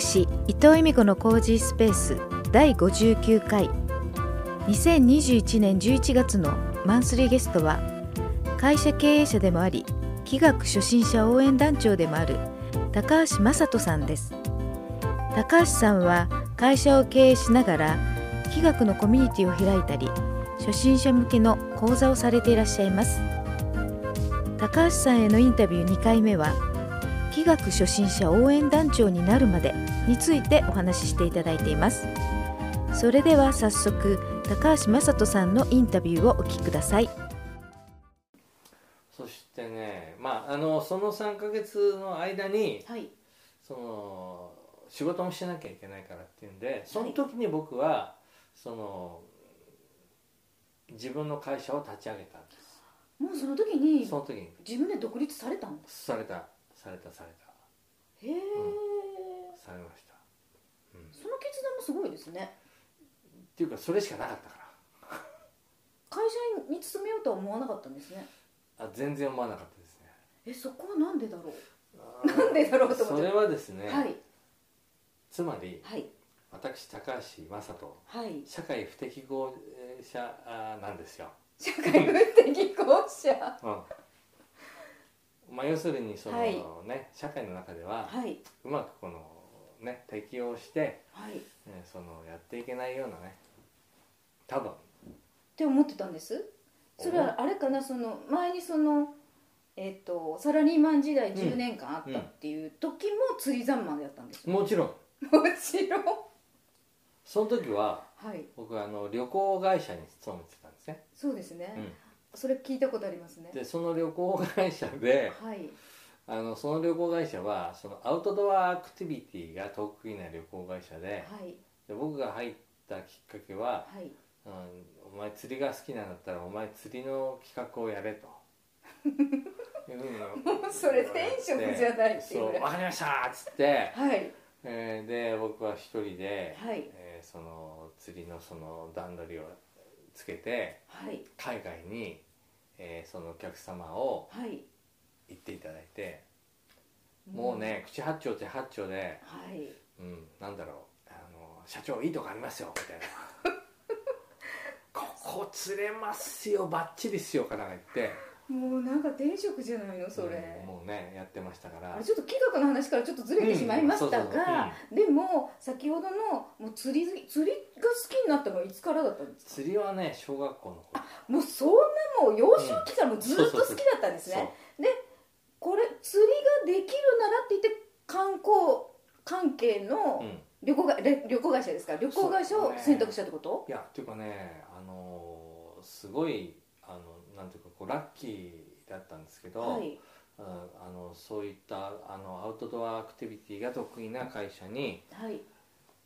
師伊藤恵美子のコージースペース第59回2021年11月のマンスリーゲストは会社経営者でもあり器学初心者応援団長でもある高橋正人さんです高橋さんは会社を経営しながら器学のコミュニティを開いたり初心者向けの講座をされていらっしゃいます高橋さんへのインタビュー2回目は器学初心者応援団長になるまでについてお話ししていただいていますそれでは早速高橋正人さんのインタビューをお聞きくださいそしてね、まあ、あのその3ヶ月の間にはいその仕事もしなきゃいけないからっていうんでその時に僕はその自分の会社を立ち上げたんでもうその時にすその時に自分で独立されたのされたされたされへえ、たされました、うん、っその決断もすごいですねていうかそれしかなかったか会社に勤めようとは思わなかったんですねらあ全然思わなかったですねえそこはなんでだろうあーなんでだろうと思っそちれゃっはですね、たはいつまりはい私高橋正人 はい社会不適合えー者あーなんですよ社会不適合者うんまあ、要するにその、はいね、社会の中でははい、うまくこの、ね、適応して、はい、っえーそのやっていけないようなね多分て思ってたんですそれはあれかなその前にそのえっ、とサラリーマン時代10年間あったっていう時も釣り三昧だったんですよ、もちろんもちろんその時ははい僕はあの旅行会社に勤めてたんですね、そうですね、うそれ聞いたことありますねん、でその旅行会社ではいあのその旅行会社はそのアウトドアアクティビティが得意な旅行会社ではいで僕が入ったきっかけは、はいうんお前釣りが好きなんだったらお前釣りの企画をやれとも もうそれ天職じゃないっていうそうぐらい分かりましたっつって、はいえーで僕は一人で、はいえーその釣りのその段取りをつけてはい海外に、えーそのお客様をはい行っていただいてもうね、口八丁手八丁で、はいうん、なんだろうあの社長いいとこありますよみたいな ここ釣れますよバッチリっすよから言ってもうなんか転職じゃないのそれ、うんもうねやってましたからあれちょっと企画の話からちょっとずれてしまいましうたんそうそうがでも先ほどのもう釣り釣りが好きになったのはいつからだったんですか釣りはね小学校の頃もうそんなもう幼少期からもうずっと好きだったんですね、そうこれ釣りができるならって言って観光関係うのん旅行が、れ旅行会社ですか旅行会社を選択したってこと、いやっていうかねあのーすごいあのなんていうかこうラッキーだったんですけど、はいうんあのそういったあのアウトドアアクティビティが得意な会社にはい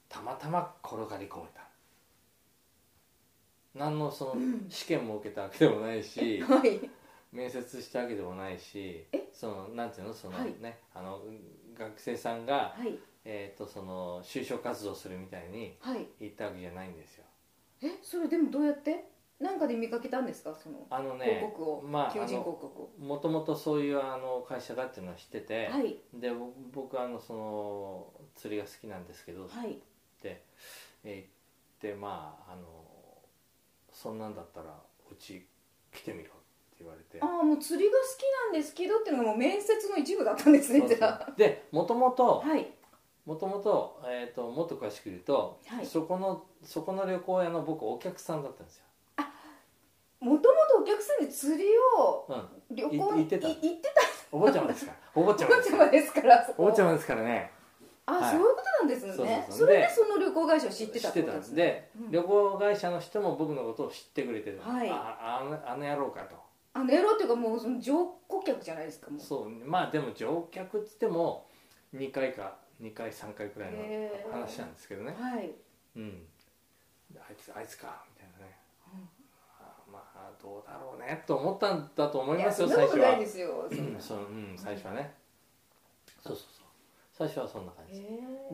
たまたま転がり込めた何のそのうん試験も受けたわけでもないしはい面接したわけでもないしえそのなんていうのその、はいねあの学生さんが、はいえー、とその就職活動するみたいにはい行ったわけじゃないんですよえそれでもどうやってなんかで見かけたんですかそのあのね広告を、まああ求人広の告をもともとそういうあの会社だっていうのは知ってて、はいでぼ僕あのその釣りが好きなんですけどっはいて、えー言ってまああのそんなんだったらうち来てみろって言われてああもう釣りが好きなんですけどっていうのがもう面接の一部だったんですねそうじそゃうでもともあとはいもともと,、えー、ともっと詳しく言うと、はいそこのそこの旅行屋の僕お客さんだったんですよ、もともとお客さんで釣りをうん、旅行い行ってたい行ってお坊ちゃまですからお坊ちたゃ おまばですからちゃまですからお坊ちゃまですからねあ、はいそういうことなんですねそうそうそうそれででその旅行会社を知ってたってことんでですすねで、うん旅行会社の人も僕のことを知ってくれてる、はいああのあの野郎かとあのエロっていうかもうその乗顧客じゃないですかもうそうまあでも乗客っつっても2回か2回3回くらいのへー話なんですけどね、はい、うんあいつあいつかみたいなねあまあどうだろうねと思ったんだと思いいまやすよそんな最こと初なはいですよそんうなんそう、うん、最初はねそうそうそう最初はそんな感じへ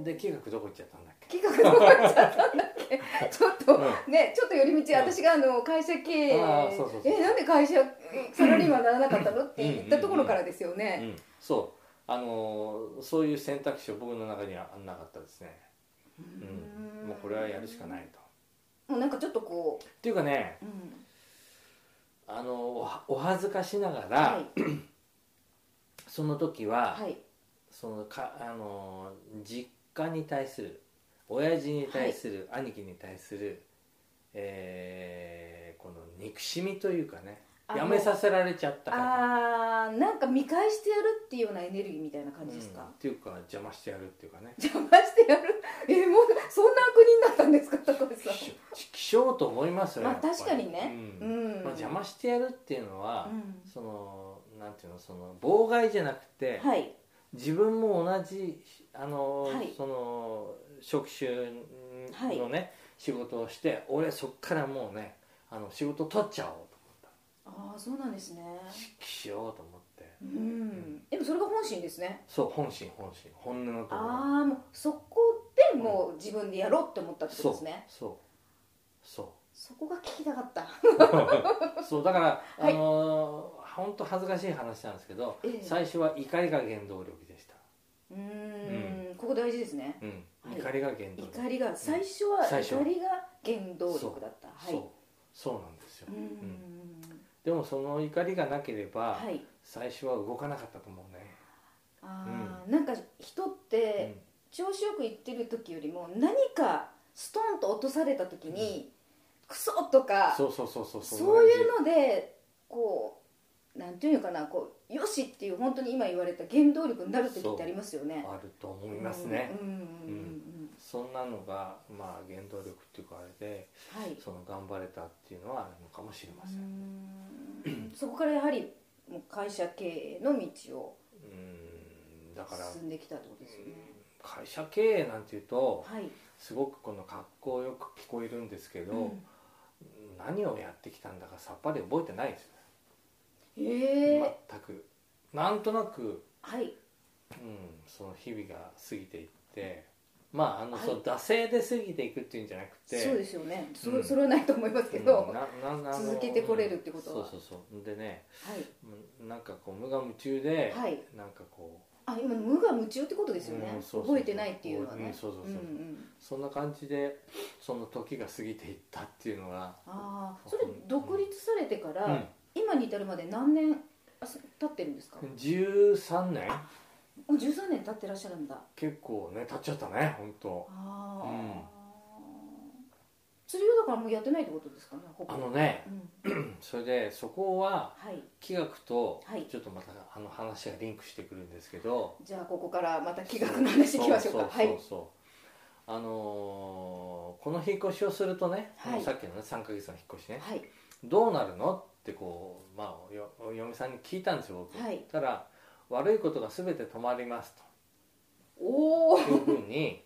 えで企画どこ行っちゃったんだっけ企画どこ行っちゃったんだっけちょっと、うねちょっと寄り道、うん私があの会社経営ああそうそうそうえなんで会社サラリーマンにならなかったのって言ったところからですよね、うん、そうあのそういう選択肢は僕の中にはなかったですね、うん、もうこれはやるしかないと。もうなんかちょっとこっていうかねう、うん、あのおはお恥ずかしながら、はいその時は、はいそのかあの実家に対する親父に対する、兄貴に対する、えーこの憎しみというかねあやめさせられちゃったからあーなんか見返してやるっていうようなエネルギーみたいな感うんじっですか、ていうか邪魔してやるっていうかね邪魔してやる えもうそんな悪人だったんですか高橋さんききしょうと思いますよまあやっぱり確かにねううんん、まあ、邪魔してやるっていうのはう、んそのなんていうのその妨害じゃなくて、はい自分も同じあの、はいその職種はいのね、仕事をして俺そっからもうねあの仕事取っちゃおうと思ああそうなんですねった指揮しようと思ってうんでもそれが本心ですねそう本心本心本音のところああもうそこでもう自分でやろうって思ったってことそうですねそうそそこが聞きたかったうそうだから、はいあの本当恥ずかしい話なんですけど、ええ最初は怒りが原動力でした、うーんここ大事ですねうんはい怒りが原動力、怒りが最初は最初怒りが原動力だったはいそうそうなんですよ、うーうんんでもその怒りがなければ、はい最初は動かなかったと思うね、あーなんか人って調子よく言ってる時よりも何かストンと落とされた時にクソとかそうそうそうそうそういうのでこうなんていうのかなこうよしっていう本当に今言われた原動力になる時ってありますよね。あると思いますね、うんうんうんそんなのがまあ原動力っていうかあれでうんはい。その頑張れたっていうのはあるのかもしれません、うんうーんそこからやはりもう会社経営の道をだから進んできたってことですよね。会社経営なんていうとはい。すごくこの格好よく聞こえるんですけど、うん何をやってきたんだかさっぱり覚えてないですね、ええ全くなんとなく、はいうん、その日々が過ぎていってまああの、はいそう惰性で過ぎていくっていうんじゃなくてそうですよね。そうんそれはないと思いますけうんど。なななあの続けてこれるってことはうんそうそうそうでねはい。うんなんかこう無我夢中で、はいなんかこうあ今無我夢中ってことですよねうんそうそう覚えてないっていうのはうんねそうそうそううんうんそんな感じでその時が過ぎていったっていうのがああそれ独立されてから、うん今に至るまで何年あす経ってるんですかも13年う13年経ってらっしゃるんだ結構ね経っちゃったね本当ああ、うん釣りをだからもうやってないってことですかねほぼあのねうん、それでそこははい企画とはいちょっとまたあの話がリンクしてくるんですけどじゃあここからまた企画の話いきましょうそうそかうそうそうあのーこの引っ越しをするとね、はいさっきのね3ヶ月の引っ越しね、はいはいどうなるのってこう、まあ、よお嫁さんに聞いたんですよ僕、はいたら悪いことが全て止まりますおおというふうに、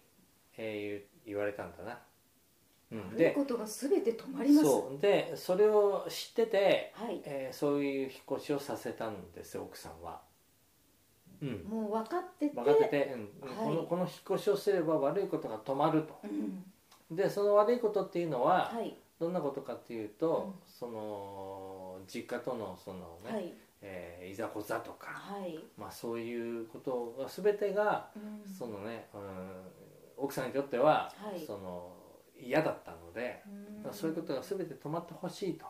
えー言う言われたんだな、うん、悪いでことが全て止まりますそうでそれを知ってて、はいえーそういう引っ越しをさせたんですよ奥さんは、うん、もう分かってて分かってて、うんはいこのこの引っ越しをすれば悪いことが止まるとうん、でその悪いことっていうのは、はいどんなことかっていうと、うその実家とのその、ねはいえーいざこざとか、はい、まあ、そういうことが全てがうんそのね、うん、奥さんにとっては、はいその嫌だったので、うんそういうことが全て止まってほしいと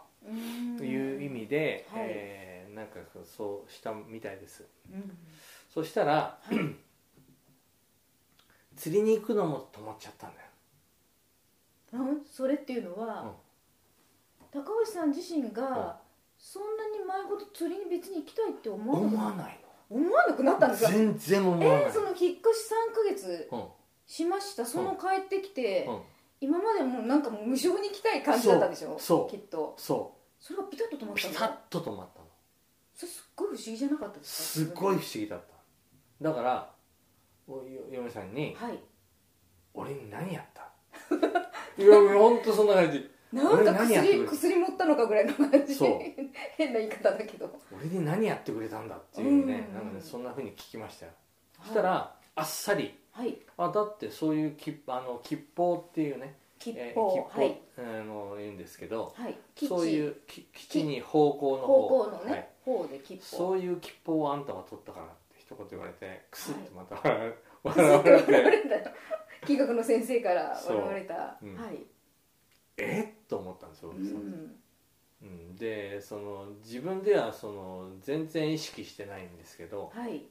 という意、味で、はいえーなんかそうしたみたいですうんそしたらはい、 釣りに行くのも止まっちゃったんだようんそれっていうのは、高橋さん自身が、うんそんなに前ほど釣りに別に行きたいって思わな思くわなない思わなくなったんのですか全然思えわない、ー、その引っ越し3ヶ月うんしましたその帰ってきて、うん、今までもうなんかもう無性に行きたい感じだったんでしょそうそうきっとそそれがピタッと止まうったピんタッだと止まったのそれすっごい不思議じゃなかったですすかっごい不思議だっただからおよ嫁さんにはい「俺に何やった? 」 いやほんとそんな感じなん俺か何やってくれ薬薬持ったのかぐらいの感じそう変な言い方だけど「俺に何やってくれたんだ」っていうねうんなんかねそんなふうに聞きましたよそしたらあっさりはい「あだってそういうきあの吉報っていうね吉えー報吉は報いあの言うんですけどはいそうういうき基地に方向の方向のね、はい方で吉報そういう吉報をあんたは取ったからって一言言われてクスッとまた 笑笑わわれてれた企画の先生から笑われた、そううんはい、えっと思ったんですよう僕さん、うんでその自分ではその全然意識してないんですけどはい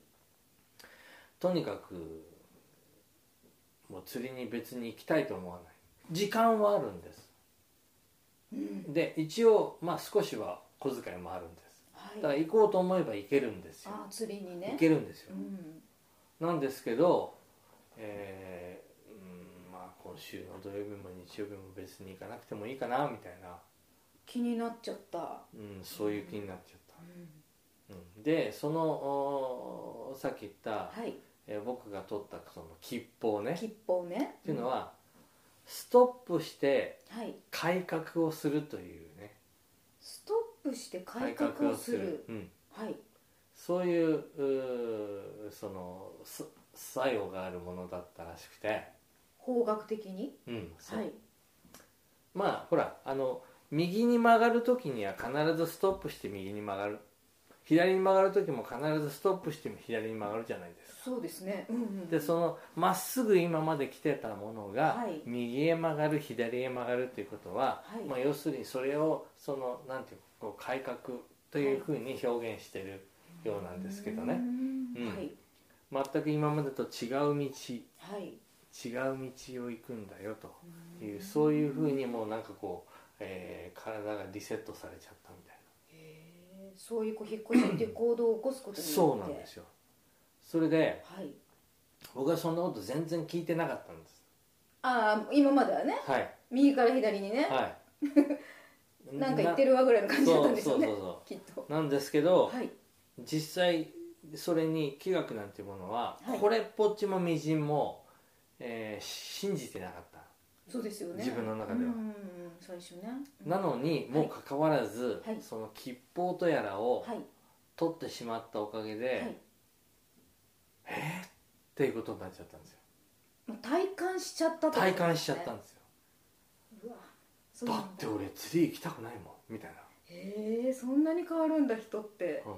とにかくもう釣りに別に行きたいと思わない時間はあるんですうんで一応まあ少しは小遣いもあるんですだかはらい行こうと思えば行けるんですよあ釣りにね行けるんですようんなんですけど、えーうんまあ、今週の土曜日も日曜日も別に行かなくてもいいかなみたいな、気になっちゃった、うん、そういう気になっちゃっうんた、うん、でそのおさっき言った、はいえー僕が取ったその吉報ねっ吉報ねていうのは、ストップしてうんはい改革をするというねストップして改革をするうん、はいそういううーそのす作用があるものだったらしくて、方角的にうん、そうはいまあほらあの右に曲がる時には必ずストップして右に曲がる左に曲がる時も必ずストップして左に曲がるじゃないですかそうですねうんうんでそのまっすぐ今まで来てたものが、はい右へ曲がる左へ曲がるということは、はいまあ、要するにそれをそのなんていうかこう改革というふうに表現してるようなんですけどね、うんうんはい全く今までと違う道違うはい道を行くんだよというそういうふうにもうなんかこう、えー体がリセットされちゃったみたいへーそういうこう引っ越しっていう行動を起こすこなとによってそうなんですよそれではい僕はそんなこと全然聞いてなかったんですああ今まではねはい右から左にね、はい なんか言ってるわぐらいの感じだったんですよねそうそうそきっとうなんですけど、はい実際それに気学なんていうものは、はいこれっぽっちもみじんも、えー信じてなかったそうですよね自分の中ではうんうんうん最初ねなのにもうかかわらず、はいその吉報とやらをはい取ってしまったおかげで、はいっていうことになっちゃったんですよもう体感しちゃったってこと体感しちゃったんですようわそうだなんって俺釣り行きたくないもんみたいへえそんなに変わるんだ人ってな、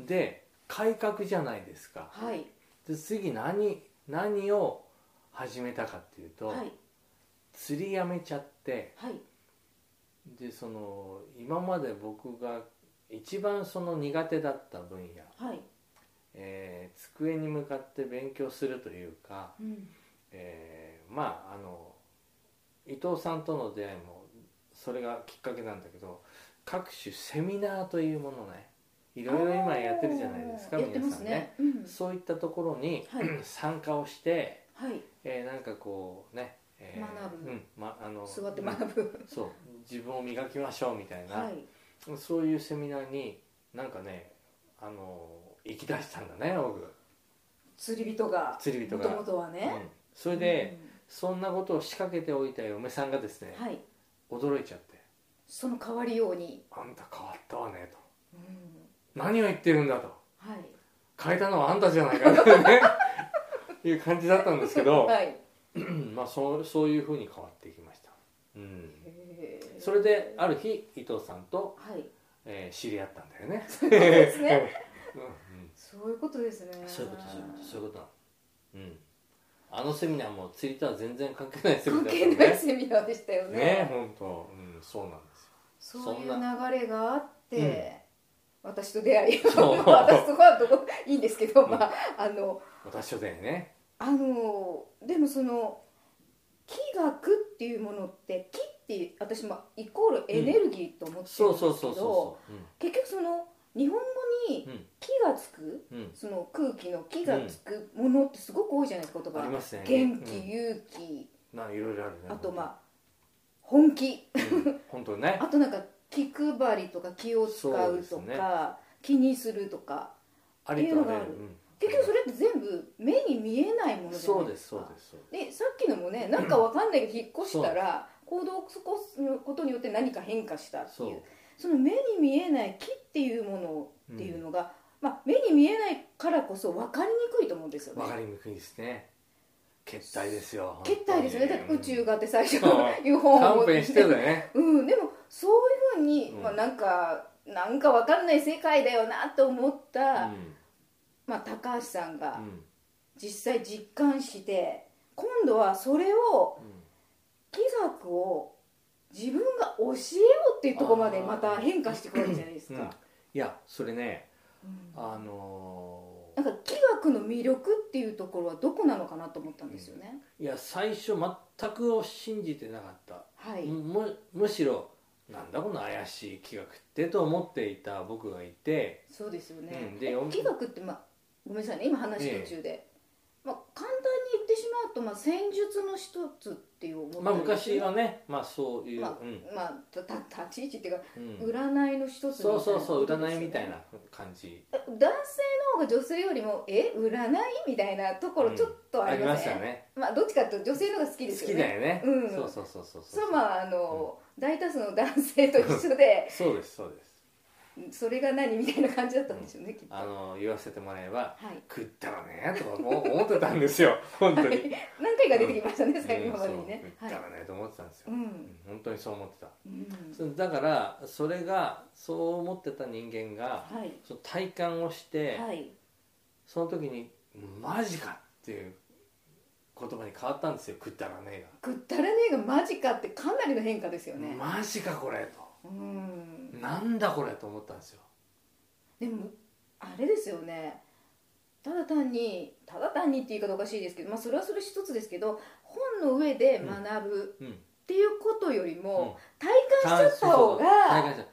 うんで改革じゃないですかはいで次何何を始めたかっていうと、はい釣りやめちゃってはいでその今まで僕が一番その苦手だった分野、はいえー机に向かって勉強するというか、うんえーまああの伊藤さんとの出会いもそれがきっかけなんだけど各種セミナーというものねいろいろ今やってるじゃないですかあー皆やってまさすんねねうんそういったところにはい参加をして、はいえーなんかこうね、えー学ぶうんま、あの座って学ぶうんそう自分を磨きましょうみたいな、はいそういうセミナーになんかねあの行き出したんだね僕、釣り人が釣り人もがともとはうねんそれで、そんなことを仕掛けておいた嫁さんがですねうん、はい驚いちゃってその変わりように「あんた変わったわね」とうん「何を言ってるんだ」とはい「変えたのはあんたじゃないか」とね いう感じだったんですけど、はいへうんまあ、そうそういうふうに変わっていきました、うん、えそれである日伊藤さんと、はいえー知り合ったんだよねそうですね うんうんそういうことですねそういうことそういうことそういうことなのうんあのセミナーも釣りとは全然関係ないセミナ関ーだ係ないっセミナーでしたよたねねね本当、うん、そうなんですよそういうそん流れがあって、私と出会い 私とそうはどこいいんですけど、うんまああの私とだよねあのでもその気学っていうものって気って私もイコールエネルギーと思ってるそんうですそうそうそうけどそう結局その日本語うにんうん気がつくうんその空気の気がつくものってすごく多いじゃないですか言葉ありますね元気、うん勇気なんかいろいろあるねあとまあ本気あ、うん本当ね あとなんか気配りとか気を使そううですとねか気にするとかありとっていうのがああらるゆるうん結局それって全部目に見えないものじゃなそいですかうですそうですそうですでさっきのもねなんかわかんないけど引っ越したら行動を起こすことによって何か変化したってそいううその目に見えない木っていうものっていうのが、まあ、目に見えないからこそ分かりにくいと思うんですよねわかりにくいですね決体ですよ決体ですよねだって宇宙がって最初そう いううん本を勘弁してるよねうん、でもそういうふうに、うん まあ、なんかなんかわかんない世界だよなと思った、うんまあ、高橋さんうがん実際実感して今度はそれを器楽を自分が教えようっていうところまでまた変化していくわけじゃないですうんか、うんいやそれねうんあのなんか器楽の魅力っていうところはどこなのかなと思ったんですよね、ーいや最初全くを信じてなかったはい、むむしろなんだこの怪しい企画ってと思っていた僕がいて、そうですよね、うんでよん器楽って、まあ、ごめんなさいね今話途中で、まあ、簡単に言ってしまうと、まあ、戦術の一つっていう思ったまあ、りです昔ねはねまあそういう、まうんまあ、たた立ち位置っていうか、うん占いの一つみたいそうなそうそうことです占よいねみたいな感じ男性の方が女性よりもえ占いみたいなところちょっとあありりまませしん、たねまあどっちかっていうと女性の方が好きです好よねきだよね、うんそうそうそうそうそれはまああの、大多数の男性と一緒でそうですそうですそれが何みたいな感じだったんでしょうね、きっとあの言わせてもらえばはい食ったらねとかもう思ってたんですよ本当に、うん何回か出てきましたね、そう最食後今までにね、っはいたらねと思ってたんですよ、ううんん本当にそう思ってたうんそだからそれがそう思ってた人間が、はいその体感をして、はいその時に「マジか!」っていう言葉に変わったんですよ「食ったらねくったらねえがマジかってかなりの変化ですえよが」ね、マジかこれ!」うんと「なんだこれ!」と思ったんですよでもあれですよねただ単にただ単にって言い方おかしいですけど、まあ、それはそれ一つですけど本の上で学ぶうんっていうことよりうんも、体感しちゃったそうそうそ方う体感しがちゃっ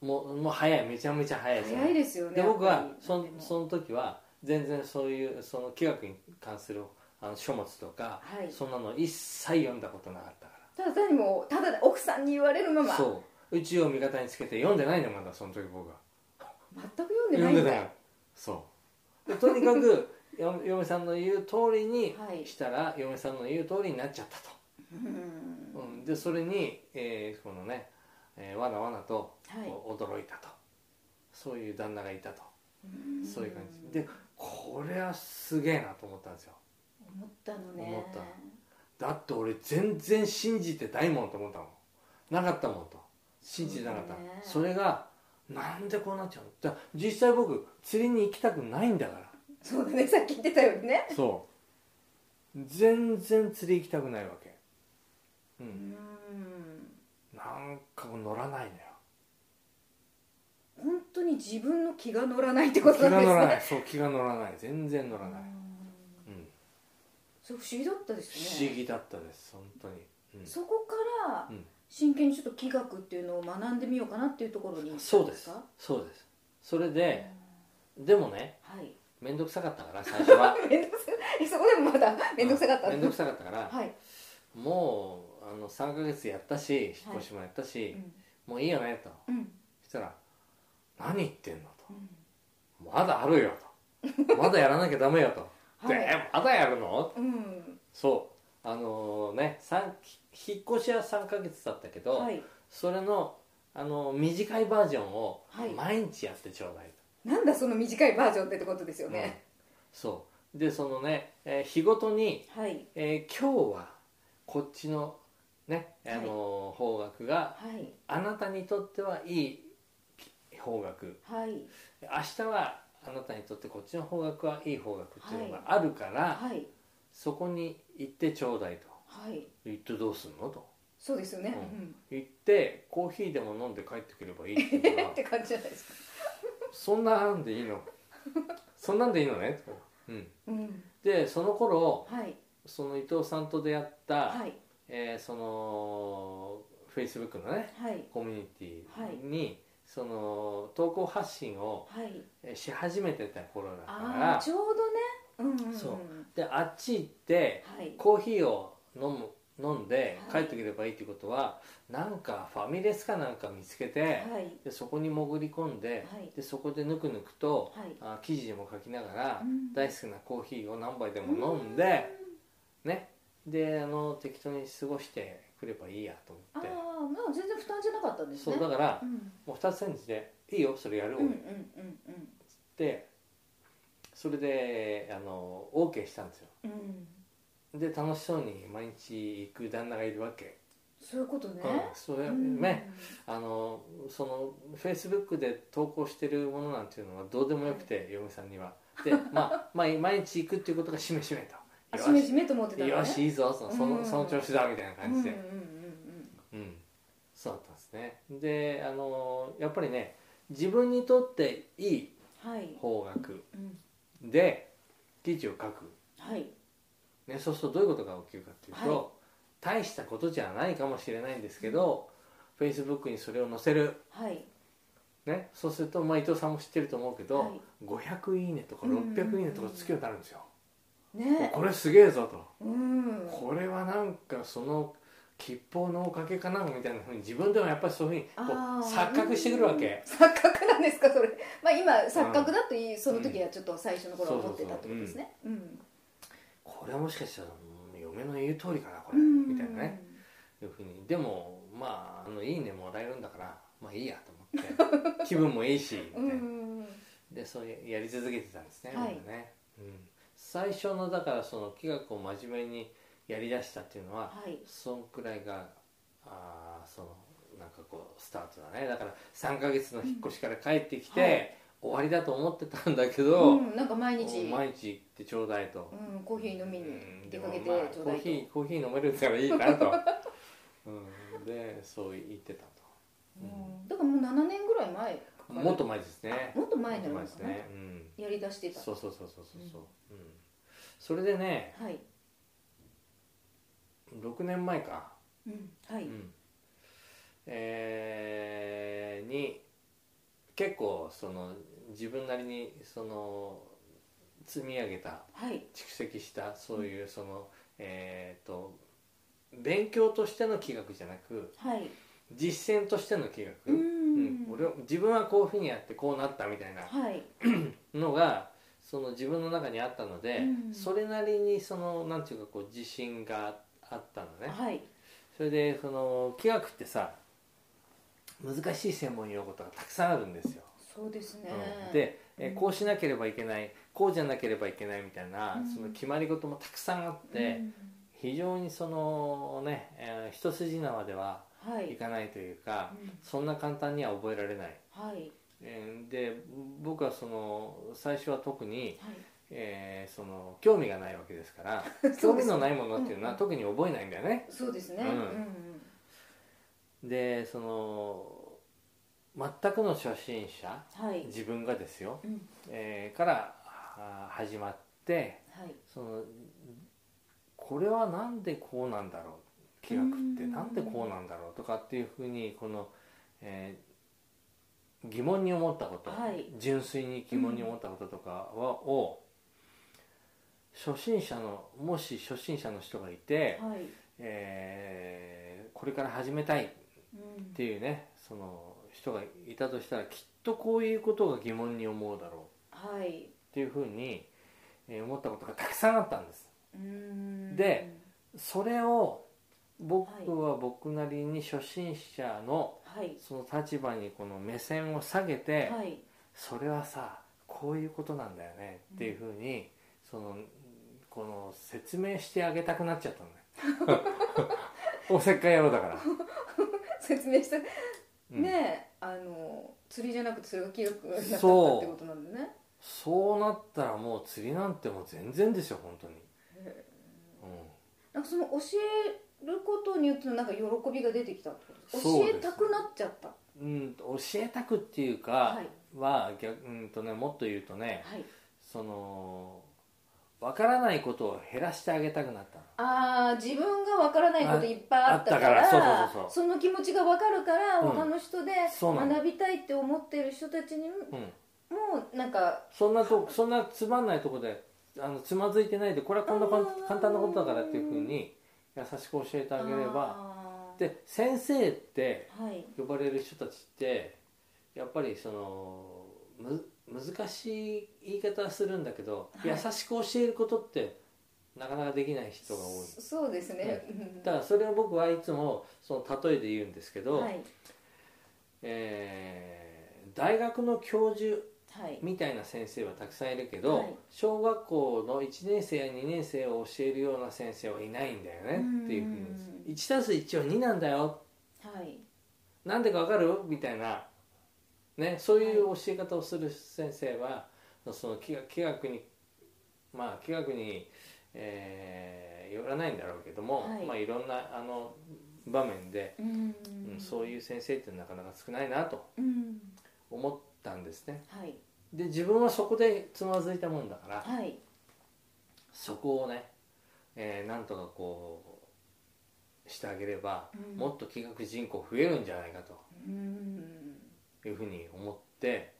たもうもう早いめちゃめちゃ早いですよね早いですよねで僕やっはぱりそでもその時は全然そういうその企画に関するあの書物とか、はいそんなの一切読んだことなかったかただ単にもうただ奥さんに言われるまら、ま全くそう宇宙を味方につけて読んでないのまだその時僕は読んでな読いんでんだたよそうでとにかくよ嫁さんの言う通りにはいしたら、嫁さんの言う通りになっちゃったうんと、うん、でそれに、えーこのね、えーわなわなとはいこう驚いたと、そういう旦那がいたとうんそういう感じでこれはすげえなと思ったんですよ思ったのね思っただって俺全然信じてないもんと思ったもんなかったもんと信じてなかったそうだねそれがなんでこうなっちゃうのだから実際僕釣りに行きたくないんだかそうだねさっき言ってたようにねらそう全然釣り行きたくないわけううんんなんか乗らないのよ本当に自分の気が乗らないってこと気なんがです乗らなねいそう気が乗らない全然乗らない、うんうん、それ不思議だったです不ね思議だったです本当に、うんそこからうん真剣にちょっと器楽っていうのを学んでみようかなっていうところに行ったんそうですかそうですそれでうん、でもねはい 面倒くさかったから最初は面倒くさいそこでもまだ 面倒くさかったうん面倒くさかったから、はい、もうあの3ヶ月やったし引っ越しもやったし、うんもういいよねとうんそしたら「何言ってんの?」うんと「まだあるよ」と「まだやらなきゃダメよ」と「 はいでまだやるの?うん」そうあのねさん引っ越しは3ヶ月だったけど、はいそれのあの短いバージョンをはい毎日やってちょうだいと。なんだその短いバージョンってってことですようんね、そうでそのね、えー日ごとにはいえー今日はこっちのね、あのー方角がはいあなたにとってはいい方角はい明日はあなたにとってこっちの方角はいい方角っていうのはがあるから、はいそこに行ってちょうだいとはい言ってどうすんのとそうですよね、ううん言ってコーヒーでも飲んで帰ってくればいいって言うか らって感じじゃないですかそんなんでいいのそんなんでいいのねとか、うん、うんでその頃はいその伊藤さんと出会った、はいえーそのフェイスブックのねはいコミュニティに、その投稿発信をはいえし始めてた頃だああかちょうどねうんうん、うん、そうらであっち行ってはいコーヒーを飲む飲んで帰はいってくればいいってことは、なんかファミレスかなんか見つけて、はいでそこに潜り込んで,、はいでそこでぬくぬくとはいあ記事でも書きながら、うん大好きなコーヒーを何杯でも飲んで、ねであの適当に過ごしてくればいいやとああ思ってまあ全然負担じゃなかったんですそねうだから、うんもう2つ返事で「いいよそれやるう俺」んうんうんうんでそれであの OK したんですようんで楽しそうに毎日行く旦那がいるわけ、そういうことねうん、それうんね、あのそのフェイスブックで投稿してるものなんていうのはどうでもよくて、嫁さんにはで、 まあ、まあ毎日行くっていうことがしめしめとあよしめしめと思ってたしのねよしいいぞそのそのその調子だみたいなうん感うんじうんうで、んうん、そうだったんですねであのやっぱりね自分にとっていいはい、方角うん、で記事を書く、はいね、そうするとどういうことが起きるかっていうと、はい大したことじゃないかもしれないんですけど、Facebook にそれを載せる、はいね、そうすると、まあ、伊藤さんも知ってると思うけど、はい500いいねとかうんうんうん600いいねとかつくようになるんですよ、ねこれすげえぞと、うんこれはなんかその吉報のおかげかなみたいなふうに自分でもやっぱりそういうふうにこあうー錯覚してくるわけ、錯覚なんですかそれまあ今錯覚だといい、その時はちょっと最初の頃は思ってたってことですねうんこれはもしかしたらうん嫁の言う通りかなこうれ、んみたいなねいうふうにでもまああのいいねもらえるんだからまあいいやと思って 気分もいいしみたういな、んでそういうやり続けてたんですね、はい僕ね、うん、最初のだからその企画を真面目にやりだしたっていうのは、はいそんくらいがあーそのなんかこうスタートだねだから3ヶ月の引っ越しから帰ってきて、うんはい終わりだと思ってたんだけうど、んなんか毎日もう毎日行ってちょうだいと、うん、コーヒー飲みうんにで出もかけてちまあょうコだーいヒと、ーコーヒー飲めるんだからいいかなと、 うん、でそう言ってたうんだからもう7年ぐらい前ともっと前ですねもっと前になるものっと前かですな、ね、うんやりだしてたそうそうそうそうそうそう、うんそれでねはい、 6年前か、うん、はうい、んえーに結構その自分なりにその積み上げたはい蓄積したそういうその、えっ、と勉強としての企画じゃなくはい実践としての企う画、ん俺は自分はこういうふうにやってこうなったみたいなはいのがその自分の中にあったので、うんそれなりにそのなんていうかこう自信があったのねはいそれでその気学ってさ難しい専門用語とかたくさんあるんですよ、そうですね、うんで、えうんこうしなければいけないこうじゃなければいけないみたいな、うんその決まり事もたくさんあって、うん非常にそのね、えー一筋縄でははいい、かないというか、うんそんな簡単には覚えられないはいえーで僕はその最初は特に、はいえーその興味がないわけですから 興そう味ですねのないものっていうのは、うん特に覚えないんだよねそうですね、ううんんでその全くの初心者うん、はい、自分がですよ、うん、えーからあー始まってはいそのこれはなんでこうなんだろう気学ってうんなんでこうなんだろうとかっていうふうにこの、えー疑問に思ったこと、はい純粋に疑問に思ったこととかはを初心者のもし初心者の人がいて、はい、えーこれから始めたいっうんていうねその人がいたとしたらきっとこういうことが疑問に思うだろうはい、っていうふうにえー思ったことがたくさんあったんです。うんで、それをはい僕は僕なりに初心者のはい、その立場にこの目線を下げて、はい、それはさこういうことなんだよねっていうふうに、そのこの説明してあげたくなっちゃったのね おせっかい野郎だから、説明した、うんねえ、あの釣りじゃなくてそれが記録になったってそうことなんだね。そうなったらもう釣りなんてもう全然ですよ本当に、へうなんかその教えることによってのなんか喜びが出てきたってことそう教ですえたくなっちゃった。んうん、教えたくっていうはかい、は逆うんとねもっと言うとね、はい。その分からないことを減らしてあげたくなったのああ自分がわからないこといっぱいあったかああらったからそうそうそうの気持ちがわかるからうん他の人でそうなの学びたいって思ってる人たちにもうん、もうなんかそんなとそんなつまんないとこであのつまずいてないでこれはこんなかんあー簡単なことだからっていうふうに優しく教えてあげればあーで先生ってはい呼ばれる人たちってやっぱりそのむ難しい言い方はするんだけど、はい優しく教えることってなかなかできない人が多いそそうですね、うんだからそれを僕はいつもその例えで言うんですけど、はいえー大学の教授はいみたいな先生はたくさんいるけど、はい小学校の1年生や2年生を教えるような先生はいないんだよねっていうふううんに1たす1は2なんだよはいなんでかわかるみたいな、ね、そういう教え方をする先生は、その気が気学にまあ気学に、えーよらないんだろうけども、はいまあ、いろんなあの場面で、うんうんそういう先生ってなかなか少ないなとうん思ったんですねはいで自分はそこでつまずいたもんだからはいそこをね、えーなんとかこうしてあげれば、うんもっと気学人口増えるんじゃないかとうんいうふうに思って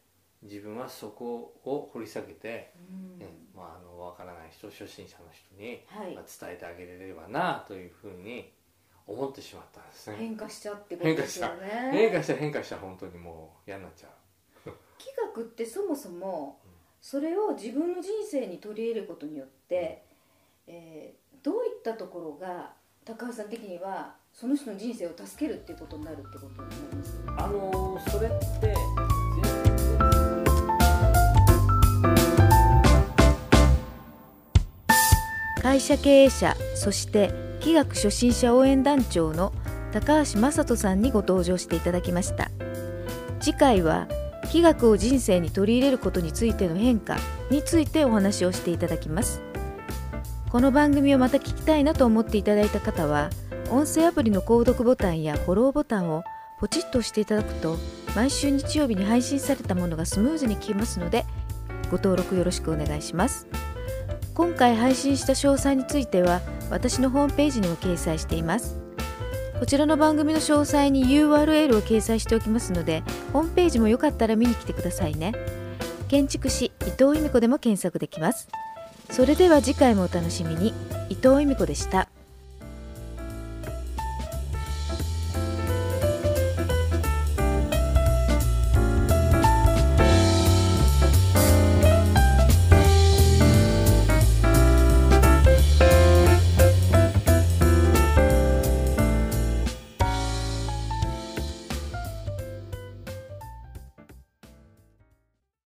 自分はそこを掘り下げて、うんねまあ、あの分からない人初心者の人に、はいまあ伝えてあげれればなというふうに思ってしまったんですね変化しちゃってことですよ変ね化した変化した本当にもう嫌になっちゃう気学ってそもそもうんそれを自分の人生に取り入れることによって、えーどういったところが高橋さん的にはその人の人生を助けるっていうことになるってことになりますあのーそれって会社経営者そして気学初心者応援団長の高橋正人さんにご登場していただきました次回は気学を人生に取り入れることについての変化についてお話をしていただきますこの番組をまた聞きたいなと思っていただいた方は音声アプリの購読ボタンやフォローボタンをポチッと押していただくと毎週日曜日に配信されたものがスムーズに聞けますのでご登録よろしくお願いします今回配信した詳細については私のホームページにも掲載していますこちらの番組の詳細に URL を掲載しておきますのでホームページもよかったら見に来てくださいね建築士伊藤由美子でも検索できますそれでは次回もお楽しみに伊藤由美子でした